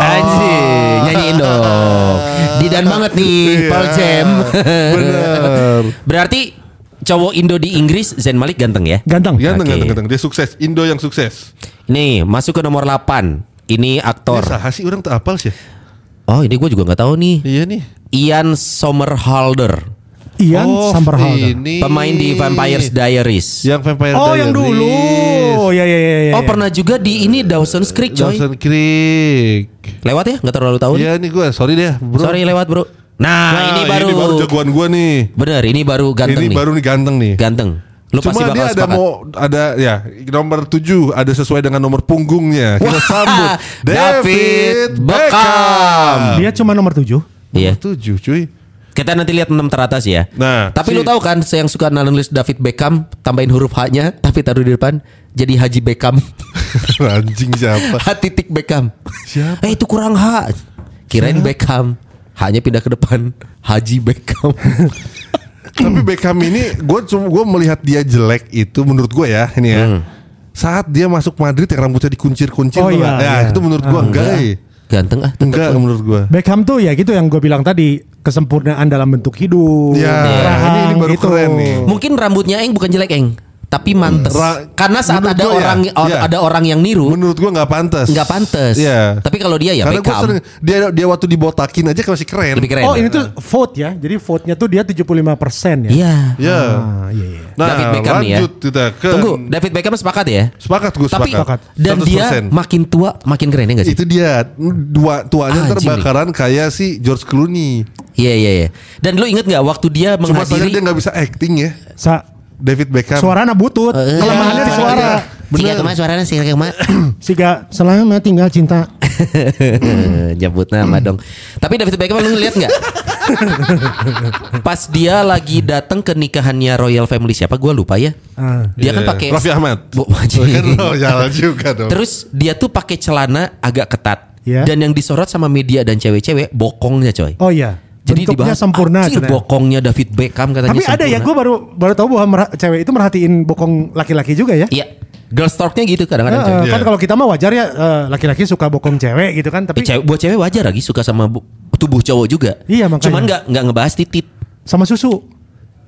Anjing Nyanyiin dong Didan banget nih Pearl Jam Bener. Berarti Cowok Indo di Inggris Zain Malik ganteng ya Ganteng. Ganteng, Oke. ganteng, ganteng. Dia sukses. Indo yang sukses. Nih masuk ke nomor 8 Ini Dia aktor saha sih orang tak apal sih. Oh ini gue juga gak tahu nih Iya nih. Ian Somerhalder Ian Samperhalder. Oh, ini. Pemain di Vampires Diaries Yang Vampire Oh, yang dulu. Ya ya ya ya. Oh pernah juga di ini Dawson's Creek coy Johnson Creek. Lewat ya gak terlalu tahu nih. Iya nih gue, sorry deh bro. Sorry lewat bro Nah, Nah, ini baru, jagoan gue nih. Bener ini baru ganteng ini nih baru nih ganteng nih. Ganteng Lu pasti Cuma bakal dia ada sepakat. mau ada ya nomor 7 ada sesuai dengan nomor punggungnya. Kita Wah, sambut David Beckham. Dia cuma nomor 7. Iya. Nomor 7 cuy. Kita nanti lihat 6 teratas ya. Nah, si- tapi lu tahu kan saya yang suka nulis David Beckham tambahin huruf H-nya tapi taruh di depan jadi Haji Beckham. Anjing siapa? H titik Beckham. Siapa? Eh itu kurang H. Kirain Beckham. H-nya pindah ke depan Haji Beckham. Tapi Beckham ini gue cuma gue melihat dia jelek itu menurut gue ya ini ya. Hmm. Saat dia masuk Madrid yang rambutnya dikuncir-kuncir Oh tuh, iya, Kak. ya, iya. itu menurut gue Ah, enggak. eh. Ganteng ah. tetep. Enggak menurut gue. Beckham tuh ya gitu yang gue bilang tadi kesempurnaan dalam bentuk hidup. gitu. Ya, ini- ini rahang, baru keren nih. Mungkin rambutnya Eng bukan jelek Eng. tapi mantes. Ra- Karena saat menurut ada gua ya, orang or- iya. ada orang yang niru Menurut gua nggak pantas. nggak pantas. Iya. Tapi kalau dia ya Karena gue backup sering dia dia waktu dibotakin aja masih keren. lebih keren. Oh ini tuh vote ya. Jadi vote-nya tuh dia 75% ya. Iya. Ya. Ah, iya, iya. Nah, David Beckham nih ya. lanjut kita ke Tunggu, David Beckham sepakat ya? Sepakat gue Tapi sepakat. dan dia 100%. makin tua makin keren ya gak sih? itu dia dua tuanya Anjing terbakaran kayak si George Clooney. Iya iya iya. Dan lu inget nggak waktu dia Cuma sayang dia menghadiri nggak bisa acting ya. Sa David Beckham. suarana butut. Eh, Kelemahannya di iya, suara. iya. Jika kemana suaranya sih kayak kemana? Siga selama tinggal cinta. Jabut nama dong. Tapi David Beckham lu ngeliat nggak? Pas dia lagi datang ke nikahannya Royal Family siapa? Gua lupa ya. Ah. Dia kan Iya. pakai Raffi Ahmad. Bu- anjing. Kan lo jalan juga dong. Terus dia tuh pakai celana agak ketat. Iya. Dan yang disorot sama media dan cewek-cewek bokongnya coy. Oh iya. Jadi Bentuknya dibahas, sempurna. "Anjir, cina. bokongnya David Beckham katanya Tapi ada ya sempurna." gue baru baru tahu bahwa merha- cewek itu merhatiin bokong laki-laki juga ya. Iya. Girl stalknya gitu kadang-kadang. Eh, eh, coy. Iya. kan kalau kita mah wajar ya eh, laki-lagi suka bokong cewek gitu kan Eh, tapi cewek, buat cewek wajar lagi suka sama bu- tubuh cowok juga. Iya, makanya. Cuman nggak nggak ngebahas titit. sama susu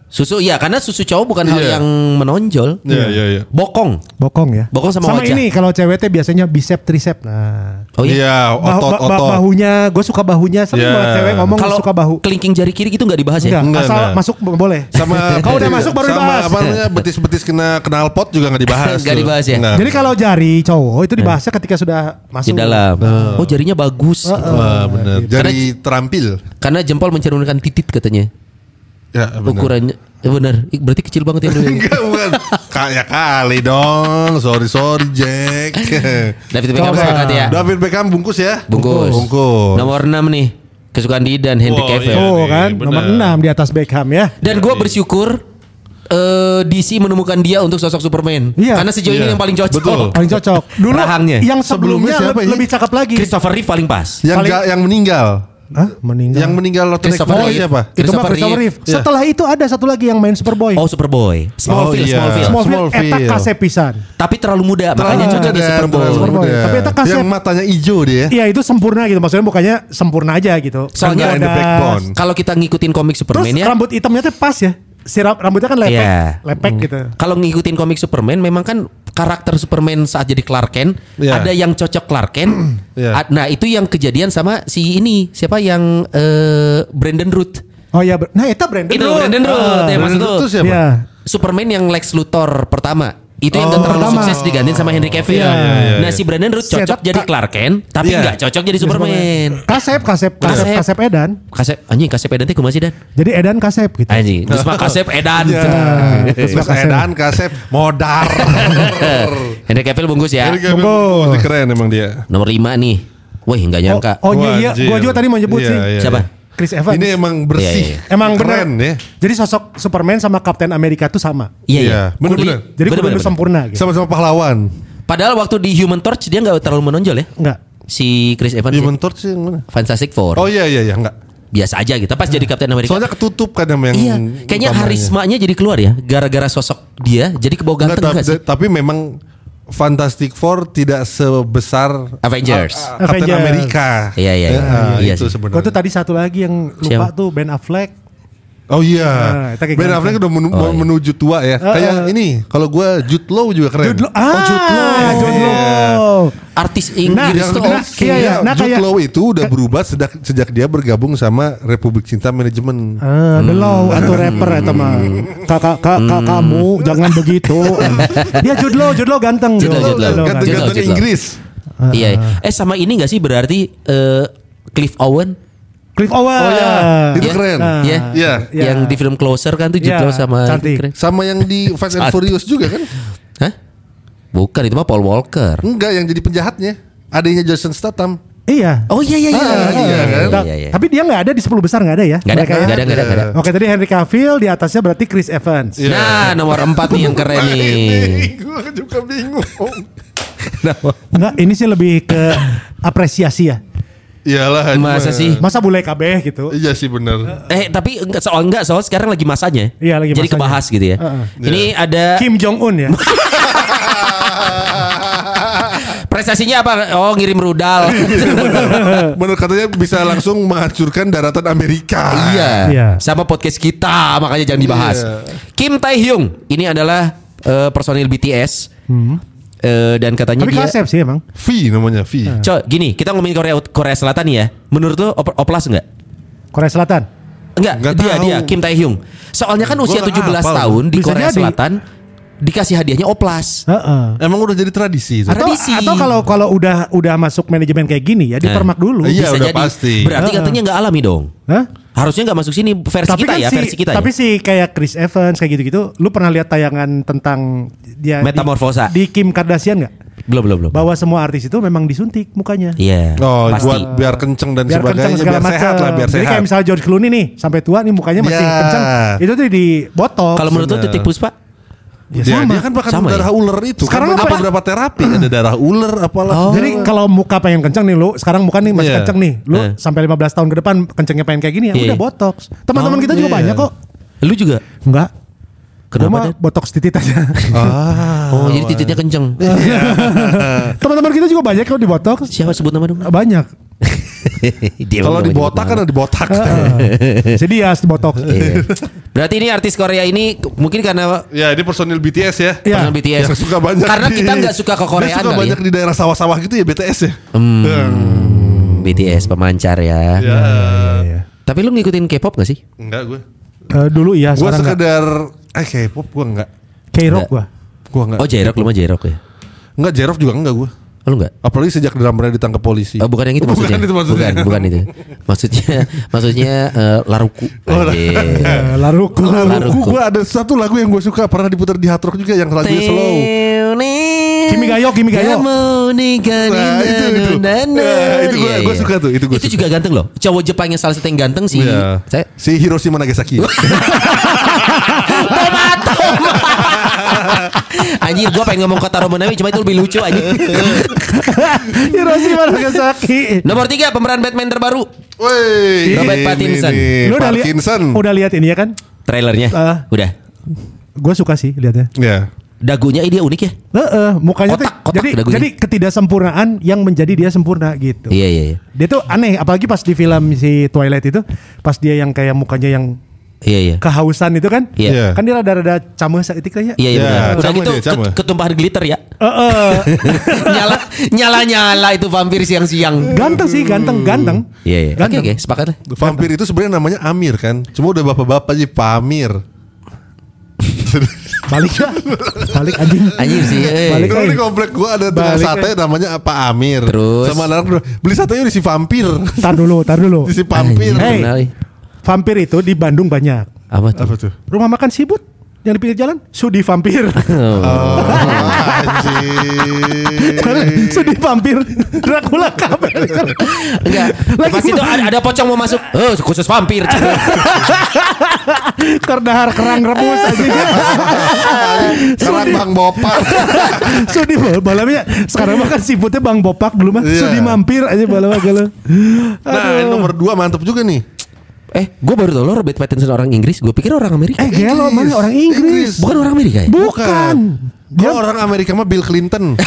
Susu iya karena susu cowok bukan hal Iya. yang menonjol. Iya, iya, iya. Bokong. bokong ya. Bokong sama wajah. ini kalau cewek teh biasanya bicep tricep. Nah. Oh iya. Iya, Bah- ba- ba- otot-otot. bahunya gue suka bahunya sering Iya. banget cewek ngomong Kalau suka bahu. kelingking jari kiri gitu nggak dibahas ya? Enggak, Enggak, asal enggak. masuk bo- boleh. sama Kalau udah masuk baru sama dibahas. apa namanya betis-betis kena kenal pot juga nggak dibahas Nggak tuh. Nah, dibahas ya? Nggak. Jadi kalau jari cowok Eh. itu dibahasnya ketika sudah Di masuk dalam. Oh jarinya bagus. gitu. Wah, bener. jadi terampil Karena jempol mencerminkan titit katanya. ya bener. Ukurannya ya benar. Ih, Berarti kecil banget ya dulu. ya. Enggak bukan Kayak kali dong Sorry sorry Jack David Beckham Coba. sepakat ya. David Beckham bungkus ya Bungkus. Bungkus Nomor 6 nih. Kesukaan di dan Henry Wow, Cavill. iya. Oh Iya, kan benar. nomor 6 di atas Beckham ya. Dan gue bersyukur eh, DC menemukan dia untuk sosok Superman. Iya. Karena sejauh ini Iya. yang paling cocok. Betul. Paling cocok. Dulu Rahangnya. yang Iya. sebelumnya, Sebelumnya siapa le- ini? lebih cakep lagi. Christopher Reeve paling pas. Yang Paling- ga- yang meninggal Hah? Meninggal. Yang meninggal Lotte Christopher Iya, Nextdoor Reeve. siapa? itu mah Christopher Christopher Reeve. Reeve. iya. Setelah itu ada satu lagi yang main Superboy. Oh Superboy. Smallville, iya. Oh, Smallville. Small- Smallville, Smallville. eta kase pisan. Tapi terlalu muda, Terlalu makanya cocok di muda, Superboy. terlalu Ah, Superboy. muda. Tapi itu kasih- Yang matanya hijau dia Iya itu sempurna gitu maksudnya bukannya sempurna aja gitu. Soalnya Kan nggak in the Bodas. backbone. Kalau kita ngikutin komik Terus Superman ya, rambut hitamnya tuh pas ya. Si ra- rambutnya kan lepek, Iya. lepek Hmm. gitu. kalau ngikutin komik Superman memang kan karakter Superman saat jadi Clark Kent Iya. ada yang cocok Clark Kent. Iya. A- Nah, itu yang kejadian sama si ini, siapa yang eh, Brandon Root. Oh iya, ber- nah itu Brandon Itu Root. Brandon Root, Ah. ya, Brandon maksud Root lu. tuh siapa? Iya. Superman yang Lex Luthor pertama itu yang gak terlalu pertama. sukses digantiin sama Henry Cavill. Iya, iya, iya, iya. Nah si Brandon Root Si cocok Eta- jadi Ka- Clark Kent, tapi Iya. nggak cocok jadi Superman. Kasep, kasep, kasep, Kasep. kasep Edan. Kasep, anjing Kasep Edan teh kumaha sih Dan? Jadi Edan kasep gitu. Anjing, terus mah Kasep Edan. Iya. Terus Mas Kasep. Edan Kasep Modar Henry Cavill bungkus ya. Jadi kayak bungkus. Keren emang dia Nomor 5 nih. Wih, nggak Oh, nyangka. oh iya, iya, Wajib. gua juga tadi mau nyebut Iya, sih. iya, Siapa? iya. Chris Evans. Ini emang bersih. Iya, iya. Emang benar. keren ya. Jadi sosok Superman sama Kapten Amerika tuh sama. iya. Iya, iya. Bener-bener. Kuli- Jadi bener-bener. benar sempurna gitu. Sama-sama pahlawan. Padahal waktu di Human Torch dia nggak terlalu menonjol ya. Enggak. Si Chris Evans. Human Human... Torch sih yang mana? Fantastic Four. Oh iya iya iya enggak. Biasa aja gitu. Pas jadi Captain America. Soalnya ketutup kan sama yang Iya, kayaknya utamanya. harismanya jadi keluar ya gara-gara sosok dia jadi kebawa Enggak, ganteng tapi, enggak sih? tapi memang Fantastic Four tidak sebesar Avengers. A- A- Captain Avengers. Amerika. Iya, iya, iya. Ah, Iya itu sih. Gua tuh sebenarnya. tadi satu lagi yang lupa Siapa? tuh Ben Affleck. Oh Ah, iya. itu kayak ben ganteng. Affleck udah menu- Oh, iya. menuju tua ya. kayak ah. ini kalau gua Jude Law juga keren. Jude Law. Ah, oh, Jude Law. Jude Iya. Law. Artis Nah, Inggris Yang tuh oh. nah, oke. iya, iya. Nah, Jude kayak- Law itu udah berubah sejak sejak dia bergabung sama Republik Cinta Manajemen. Ah, Hmm. The Law atau rapper atau mah. Kakak kakak kamu jangan begitu. Dia Jude Law, Jude Law ganteng. Jude Law, Jude Jude Law. Law ganteng. Ganteng. Jude Ganteng-ganteng Law. Inggris. Iya. iya. Ah. Eh sama ini enggak sih berarti eh, Cliff Owen Cliff Owen. Nah. Oh ya, itu Iya. keren. Ah. Iya. Iya. Iya. yang di film Closer kan tuh Jude Iya, Law sama cantik. keren. Sama yang di Fast and Saat- Furious juga kan? Hah? Bukan itu mah Paul Walker. Enggak, yang jadi penjahatnya. Adanya Jason Statham. Iya. Oh iya iya iya. Ah, iya, iya, iya, kan? iya, Nah, iya, iya. Tapi dia nggak ada di 10 besar nggak ada ya? Nggak ada, Mereka ya? nggak ada, nggak ada, nggak ada. Oke tadi Henry Cavill di atasnya berarti Chris Evans. Iya. Nah, nomor empat nih yang keren Nah, nih. ini Gue juga bingung. Enggak, ini sih lebih ke apresiasi ya. Iyalah. Masa Mas. sih? Masa bule kabeh gitu. Iya sih bener. Eh, tapi enggak soal enggak soal sekarang lagi masanya. Iya, lagi Jadi masanya. kebahas gitu ya. Heeh. Ini Iya. ada Kim Jong Un ya. prestasinya apa? Oh, ngirim rudal. Menurut katanya bisa langsung menghancurkan daratan Amerika. iya. Iya. Sama podcast kita makanya jangan dibahas. Iya. Kim Tae Hyung ini adalah eh, personil BTS Eh, dan katanya Hmm. Tapi dia kelas F sih emang. V namanya V. Cok, gini, kita ngomongin Korea Korea Selatan nih ya. Menurut lo op- oplas nggak? Korea Selatan. Enggak, Nggak dia tahu. dia Kim Tae Hyung. Soalnya kan Gua usia nggak 17 hafal. tahun di Bisa Korea jadi. Selatan dikasih hadiahnya oplas. Heeh. Emang udah jadi tradisi itu. Atau Tradisi. Nah. atau kalau kalau udah udah masuk manajemen kayak gini ya dipermak dulu. Iya, udah pasti. Heeh. Berarti katanya nggak alami dong. Hah? Harusnya nggak masuk sini versi Tapi kita kan ya, si, versi kita tapi ya. si kayak Chris Evans kayak gitu-gitu, lu pernah lihat tayangan tentang dia di- Metamorfosa. di, Kim Kardashian nggak? Belum, belum, belum. Bahwa semua artis itu memang disuntik mukanya. Iya. Oh, pasti. buat biar kenceng dan biar sebagainya, kenceng segala biar sehat lah, macam. biar Jadi sehat. kayak misalnya George Clooney nih sampai tua nih mukanya masih Ya. kenceng. Itu tuh di botok. Kalau menurut Oh, lo Bener. titik puspa? Ya dia, sama. dia kan bahkan Sama ya? darah ular itu. kan Sekarang apa- ada beberapa terapi, ada darah ular apalah. Oh. Jadi kalau muka pengen kenceng nih lu, sekarang muka nih masih Iya. kenceng nih. Lu Eh. sampai 15 tahun ke depan kencengnya pengen kayak gini ya Iya. udah botox. Teman-teman Oh, kita juga iya. banyak kok. Lu juga? Enggak. Kenapa, Gua mah Dan? botox titit aja. Ah. Oh, jadi titiknya kenceng. Iya. Oh, Teman-teman kita juga banyak kok di botox. Siapa sebut nama dong? Banyak. Dia Kalau banyak di botak banget. kan ada di botak. Ah. Jadi ya botox. Iya. Berarti ini artis Korea ini k- mungkin karena ya, ini personil BTS ya. Iya. personal BTS. Yang suka banyak Gitu Karena di- kita nggak suka ke Dia Koreaan suka kali ya. banyak di daerah sawah-sawah gitu ya BTS ya. Hmm, Hmm. BTS pemancar ya. Ya. Tapi lu ngikutin K-pop gak sih? Enggak gue. Eh, dulu iya Gue sekarang enggak. sekedar eh K-pop gue enggak. K-rock Enggak. gua. Gue enggak. Oh Jairok, lu mah Jairok ya? Enggak Jerov juga enggak gue. Oh, Lu enggak? Apalagi sejak drummernya ditangkap polisi. Oh, bukan yang itu maksudnya. Iya. Bukan itu maksudnya. Bukan, bukan itu. Maksudnya maksudnya eh, laruku. Oh, Anjir. Eh, Laruku. Lagu Laruku. gue ada satu lagu yang gue suka pernah diputar di Hard Rock juga yang lagunya slow. Kimi Gayo, Kimi Gayo. Nah, itu, itu. Nah, itu gua- gua suka tuh, itu gua Itu suka. juga ganteng loh. Cowok Jepang yang salah satu yang ganteng sih. Iya. Saya Si Hiroshima Nagasaki. Tomato. anjir, gua pengen ngomong kata Romanami cuma itu lebih lucu anjir. Hiroshima Iya, Nagasaki. Nomor tiga pemeran Batman terbaru. Woi, Robert ini Pattinson. nih, Lu udah lihat Parkinson. udah lihat ini ya kan? Trailernya. Ah. Udah. Gue suka sih lihatnya. Ya. Dagunya eh, dia unik ya. Heeh, mukanya tuh- Kotak, kotak jadi dagunya. jadi ketidaksempurnaan yang menjadi dia sempurna gitu. Iya iya iya. Dia tuh aneh, apalagi pas di film si Twilight itu, pas dia yang kayak mukanya yang Iya iya. kehausan itu kan, Iya. Iya. kan dia rada-rada cameh seitik lah ya. Iya Ya, iya. benar. Udah sama gitu dia, sama. ket- ketumpahan glitter ya. Heeh. nyala nyala nyala itu vampir siang-siang. ganteng sih, ganteng, ganteng. Iya iya. Oke Ganteng. oke, sepakat lah. Vampir itu sebenarnya namanya Amir kan. Cuma udah bapak-bapak aja Pamir. Balik ya, balik anjing. Anjir sih. eh. Balik. Kalau di komplek gua ada tukang Balik, sate namanya Pak Amir. Terus? sama anak beli satenya udah si vampir. Tar dulu, tar dulu. Di si vampir. Anjir, Hey. benar, eh. Vampir itu di Bandung banyak. Apa tuh? Apa tuh? Rumah makan sibut yang di pinggir jalan, sudi vampir. Oh, anjir. sudi vampir. Dracula kabel. Enggak. Lagi Pas itu mau- ada, ada pocong mau masuk. Oh, khusus vampir. Kerdahar kerang rebus aja. Serang Bang Bopak. Sudi bal- balamnya sekarang makan siputnya Bang Bopak dulu mah. Iya. Sudi mampir aja balam kalau. Nah, ini nomor dua mantep juga nih. eh, gue baru tau lo Robert Pattinson orang Inggris. Gue pikir orang Amerika. Eh gelo mana orang Inggris. Bukan orang Amerika ya? Bukan. Dia orang Amerika mah Bill Clinton.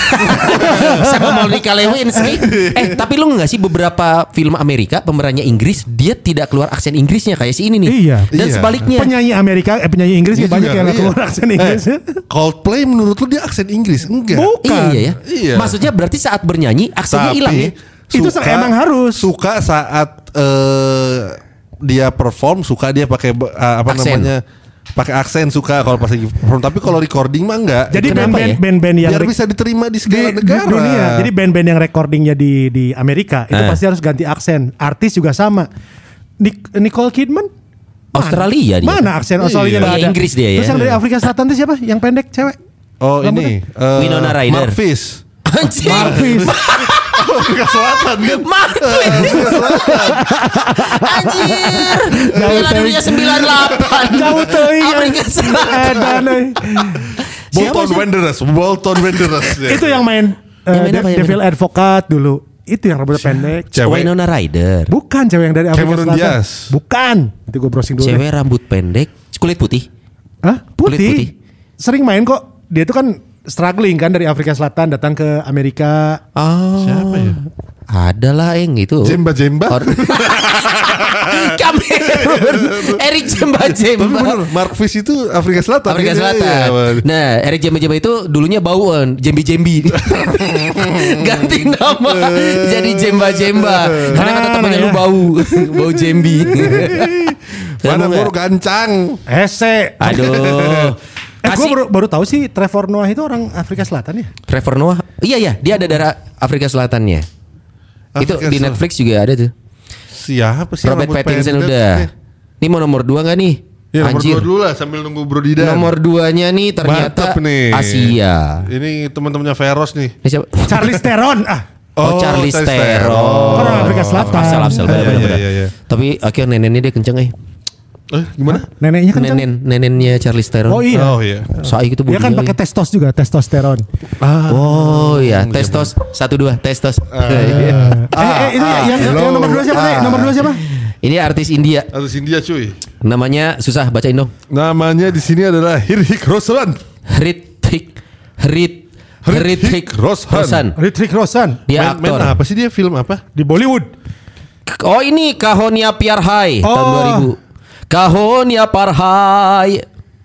Sama Monica Lewinsky. Eh, tapi lo nggak sih beberapa film Amerika pemerannya Inggris, dia tidak keluar aksen Inggrisnya kayak si ini nih. Iya. Dan Iya. sebaliknya. Penyanyi Amerika, eh penyanyi Inggris Dia ya banyak juga, yang iya. keluar aksen Eh, Inggris. Coldplay menurut lu dia aksen Inggris? Enggak. Bukan. Iya, iya ya. Iya. Maksudnya berarti saat bernyanyi aksennya hilang ya. Itu emang harus. suka saat eh, dia perform suka dia pakai be- eh, apa Aksen. namanya pakai aksen suka kalau pas lagi perform tapi kalau recording mah enggak Itu Jadi kenapa band-band ya? band-band yang biar rek- bisa diterima di di, segala di negara dunia. Jadi band-band yang recordingnya di di Amerika itu Eh. pasti harus ganti aksen. Artis juga sama. Nic- Nicole Kidman Australia dia. Mana aksen Iya. Australia nggak Iya, ada. Inggris dia ya. Terus yang dari Afrika Selatan itu siapa? Yang pendek cewek. oh Rambutnya. ini eh, Winona Ryder. Mark Fish Anjing. Marvis. Afrika Selatan kan Eh, Marvin. Anjir. Jauh Piala teuing. dunia 98. Jauh iya. teuing. Afrika Selatan. Edan, eh. Bolton Wanderers Bolton Wanderers Itu yang main eh, Yang main apa, yang Devil Advocate dulu. Itu yang rambutnya pendek. cewek Winona Ryder. Bukan cewek yang dari Afrika Cameron Selatan. Diaz. Bukan. Itu gue browsing dulu. Cewek rambut pendek, kulit putih. Hah? Kulit Putih. putih. Sering main kok. Dia itu kan struggling kan dari Afrika Selatan datang ke Amerika. Oh. siapa ya Ada lah eng gitu. Jemba Jemba. Or- Kamerun. Eric Jemba Tapi Jemba. bener, Mark Fish itu Afrika Selatan. Afrika Iya, Selatan. iya. Nah, Eric Jemba-Jemba itu dulunya Bauan, Jembi-Jembi. Ganti nama jadi Jemba-Jemba. Karena kata temannya lu Mana ya? bau, bau Jembi. Mana Kamu baru nggak? gancang. Ese. Aduh. Eh, gue Kasih baru, baru tahu sih Trevor Noah itu orang Afrika Selatan ya. Trevor Noah. Iya ya, dia ada darah Afrika Selatannya. itu Afrika di Selatan. Netflix juga ada tuh. Siapa sih? yang Robert rambut Pattinson pendek? udah. Ini mau nomor 2 gak nih? Ya, nomor Anjir. dua dulu lah sambil nunggu Bro Didan. Nomor 2-nya nih ternyata Mantap nih. Iya. Asia. Ini teman-temannya Veros nih. Ini siapa? Charlize Theron. Ah, Oh, Oh, Charlies Charlize Theron. Theron. Orang Afrika Selatan. Afsal, Afsal, Iya, benar, benar, iya, benar. iya, iya. Tapi akhirnya neneknya dia kenceng eh. Eh, gimana? neneknya kan Nenen, nenennya Charlize Theron. Oh iya. Oh iya. Soalnya gitu Dia kan bodinya, pakai eh. testos juga, testosteron. Oh iya, Hmm, testos satu dua, testos. Ah. Iya. Eh, eh, itu ya, yang, hello. yang nomor dua siapa nih? Ah. Nomor dua siapa? Ini artis India, Atau India cuy. namanya susah bacain dong. Namanya di sini adalah Hirhik Roslan. Hrithik Hrit Hrithik Hrithik Roshan. Roshan. Ritrik Rosan Main, Dia main Iya, aktor. apa sih dia film apa? di Bollywood. Oh ini Kahonia Piarhai tahun Oh. 2000. Kahonia Parhai.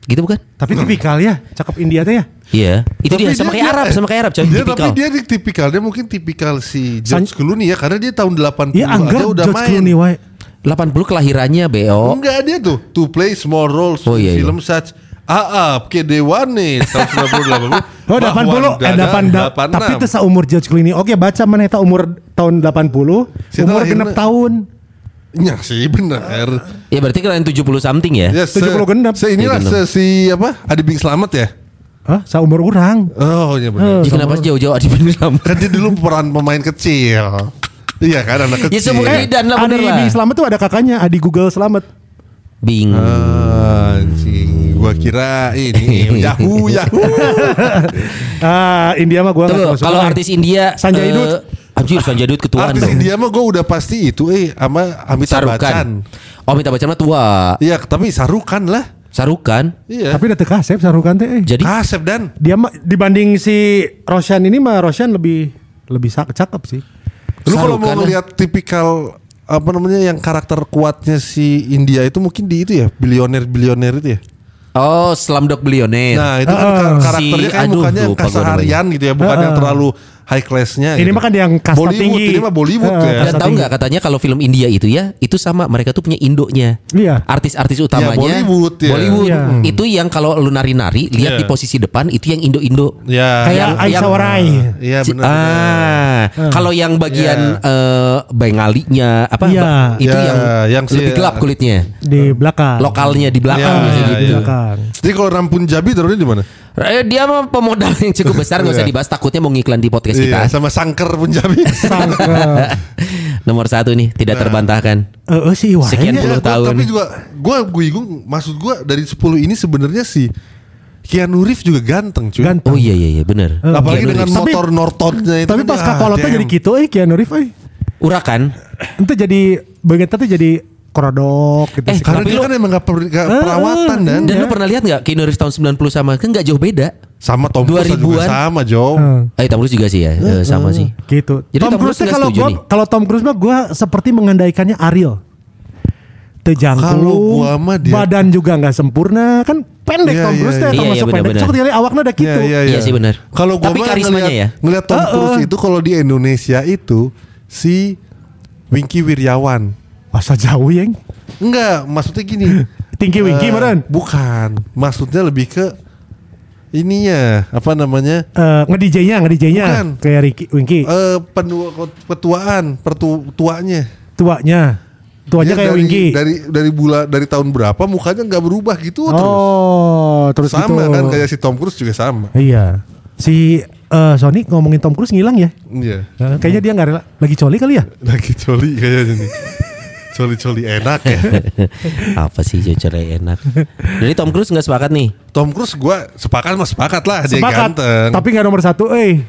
Gitu bukan? Tapi tipikal ya, cakep India teh ya. Iya. Itu Tapi dia sama kayak Arab, sama kayak Arab coy. Dia, tipikal. tapi dia di tipikal dia mungkin tipikal si George Clooney ya karena dia tahun 80 Iya, anggar aja udah George main. Oh. Clooney wae. 80 kelahirannya BO. Enggak dia tuh to play small roles Oh, iya, in film such Aap Kedewane tahun 1980. Oh, 80 eh 80. Tapi itu seumur George Clooney. Oke, baca mana eta umur tahun 80, Siapa umur lahirnya? genep tahun. Ya sih benar. Ya berarti kalian 70 something ya. Ya, se- 70 genap. Se inilah Iya, genap. se- si apa? Adi Bing Slamet ya? Hah, seumur orang. Oh iya benar. Jadi kenapa sih jauh-jauh di film? Kan dia dulu peran pemain kecil. Iya kan anak Ya, kecil. semua ini dan lah Adi bener lah. Bing Slamet tuh ada kakaknya, Adi Google Slamet. Eh, Bing. Anjing, gua kira ini Yahoo Yahoo. Ah, India mah gua nggak Tuh, termasuk kalau orang. artis India Sanjay eh, Dutt. Anjir Sanjay Dutt ketuaan Artis dong. India mah gua udah pasti itu eh sama Amitabh Sarukan. Bachchan. Oh, minta Bachchan mah tua. Iya, tapi Sarukan lah. Sarukan. Iya. Tapi udah teka Sep Sarukan teh. eh. Jadi Kasep dan Dia mah dibanding si Roshan ini mah Roshan lebih lebih sak- cakep sih. Lu kalau Sarukan mau lah. ngeliat tipikal apa namanya yang karakter kuatnya si India itu mungkin di itu ya bilioner-bilioner itu ya. Oh, Slumdog Billionaire. Nah itu kan Heeh. kar- karakternya Iya. Si- kayak aduh, mukanya yang lupa gua kaseharian gitu ya, bukan yang terlalu high classnya. Ah, Ini gitu. mah kan yang kasta Bollywood, tinggi. Ah, Ini mah Bollywood Heeh, ya. Dan Rasa tahu tinggi. nggak katanya kalau film India itu ya itu sama mereka tuh punya indonya. Iya. Artis-artis utamanya. Bollywood ya. Bollywood. Iya. Itu yang kalau lu nari-nari Iya. lihat di posisi depan itu yang indo-indo. Ya. Kayak Yang- Aisyah yang- Warai. Iya Si- benar. Ah, kalau yang bagian eh, Bengalinya apa Iya. ba- itu Iya, yang, yang si- Ah. lebih gelap kulitnya. Di belakang. Lokalnya di belakang Iya, kayak iya, gitu. di belakang. Jadi kalau Rampun Jabi taruhnya di mana? Eh, dia mah pemodal yang cukup besar nggak usah Iya. dibahas takutnya mau ngiklan di podcast kita. Iya, sama Sangker Punjabi. Sangka. Nomor satu nih Nah. tidak terbantahkan. Eh, eh, si Iwan. Sekian ya. puluh Iya, gua- tahun. Tapi juga gua gue bingung maksud gua dari 10 ini sebenarnya si Keanu Reeves juga ganteng cuy. Ganteng. Oh iya iya iya benar. Eh, Apalagi Keanu dengan Reeves. Tapi- motor Nortonnya itu. Tapi kan, pas ah, kakolotnya damn. jadi gitu eh Keanu Reeves eh. Urakan. Iya. Itu jadi bagian tuh jadi korodok gitu Eh, sih. Karena Tapi dia lu- kan emang gak, per, nggak Ah, perawatan dan, Dan lu pernah lihat nggak Keanu Reeves tahun 90 sama kan nggak jauh beda. sama Tom Cruise juga 2000-an. sama Jo. Heeh. Eh Tom Cruise juga sih ya, Eh, sama sih. Gitu. Jadi Tom, Tom Cruise Cruise nggak kalau setuju gua nih? kalau Tom Cruise mah gua seperti mengandaikannya Ariel. Tejangkung. Kalau gua mah dia- badan juga nggak sempurna kan pendek Iya, Tom iya, Cruise teh iya. Iya, termasuk iya, pendek. benar-benar. Cuk tiga kali awakna ada gitu. Iya sih, benar. Kalau gua Tapi mah karismanya ngeliat, ya? ngeliat Tom Heeh. Cruise itu kalau di Indonesia itu si Wingky Wiryawan. Masa jauh yang Enggak, maksudnya gini. Tinggi Wingky, Eh, meren? Bukan, maksudnya lebih ke ininya apa namanya? Eh nge-DJ-nya, nge-DJ-nya Bukan. kayak Ricky Winky. Eh penua, ketuaan, pertuanya. tuanya. Dia Tuanya Iya, kayak dari, Winky. Dari dari bulan dari tahun berapa mukanya nggak berubah gitu terus. oh, terus, sama gitu. kan kayak si Tom Cruise juga sama. Iya. Si eh Sony ngomongin Tom Cruise ngilang ya? Iya. Eh, kayaknya dia nggak rela. Lagi coli kali ya? Lagi coli kayaknya nih. Coli-coli enak ya. Apa sih jujur aja enak. Jadi Tom Cruise nggak sepakat nih. Tom Cruise gua sepakat mah sepakat lah dia Sepakat. ganteng. Tapi nggak nomor satu. Eh,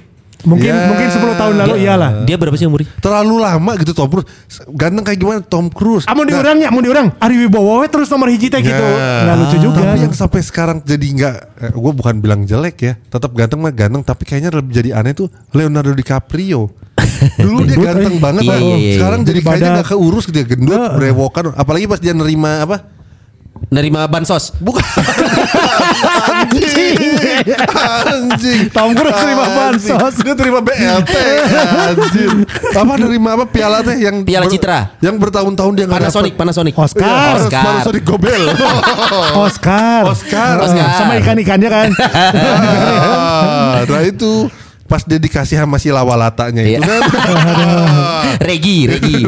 mungkin Ya. mungkin 10 tahun lalu Dia- iyalah. Dia berapa sih umurnya? terlalu lama gitu Tom Cruise. Ganteng kayak gimana Tom Cruise? Amun Nah, diurangnya, amun diurang. Ari Wibowo we terus nomor hiji teh gitu. Ya. Nggak lucu juga. Tapi yang sampai sekarang jadi nggak, eh, gue bukan bilang jelek ya, tetap ganteng mah ganteng, tapi kayaknya lebih jadi aneh tuh Leonardo DiCaprio. Dulu dia Gendut, ganteng eh. banget Iya, Pak. iya, iya. Sekarang jadi Jadi kayaknya badan. gak keurus gitu ya Gendut, berewokan Apalagi pas dia nerima apa Nerima bansos. Bukan Anjing Anjing Tom Cruise nerima Anjing. bansos. Dia terima BLT Anjing Apa nerima apa piala teh yang Piala Citra. Yang bertahun-tahun dia gak Panasonic, dapet. Panasonic. Oscar. Iya, Oscar. Panasonic Gobel Oscar. Oscar. Eh, Oscar. Sama ikan-ikannya kan. Ah, Nah itu Pas dia dikasih sama si lawalatanya itu Iya. kan Regi, Regi.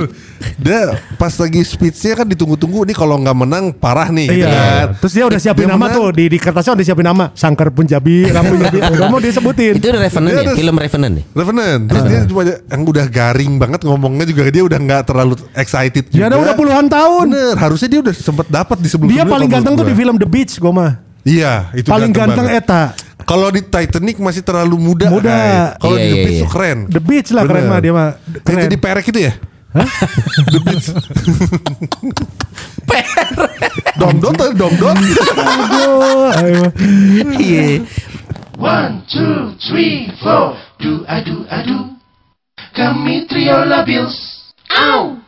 Dia pas lagi speech-nya kan ditunggu-tunggu nih kalau nggak menang parah nih gitu kan. Iya. Terus dia udah siapin Dia nama menang. tuh di, di kertasnya udah siapin nama. Sangkar Punjabi, Ramu Jabi. Udah mau disebutin. Itu Revenant Dia ya, ada- film Revenant ya. Revenant Terus Ah. dia cuma aja- yang udah garing banget ngomongnya juga dia udah nggak terlalu excited juga. Dia ada Ya udah puluhan tahun. Bener, harusnya dia udah sempet dapat di sebelum Dia paling ganteng tuh di film The Beach gue mah. Iya, itu Paling ganteng banget. Eta. Kalau di Titanic masih terlalu muda. Muda. Kai. Kalau Iya, di The iya, Beach iya. tuh keren. The Beach lah keren Bener. mah dia mah. Yang Keren. jadi perek itu ya? The Beach. Domdot atau domdot? Aduh, ayo. Iya. One, two, three, four. Do I do I do? Kami trio labios. Ow!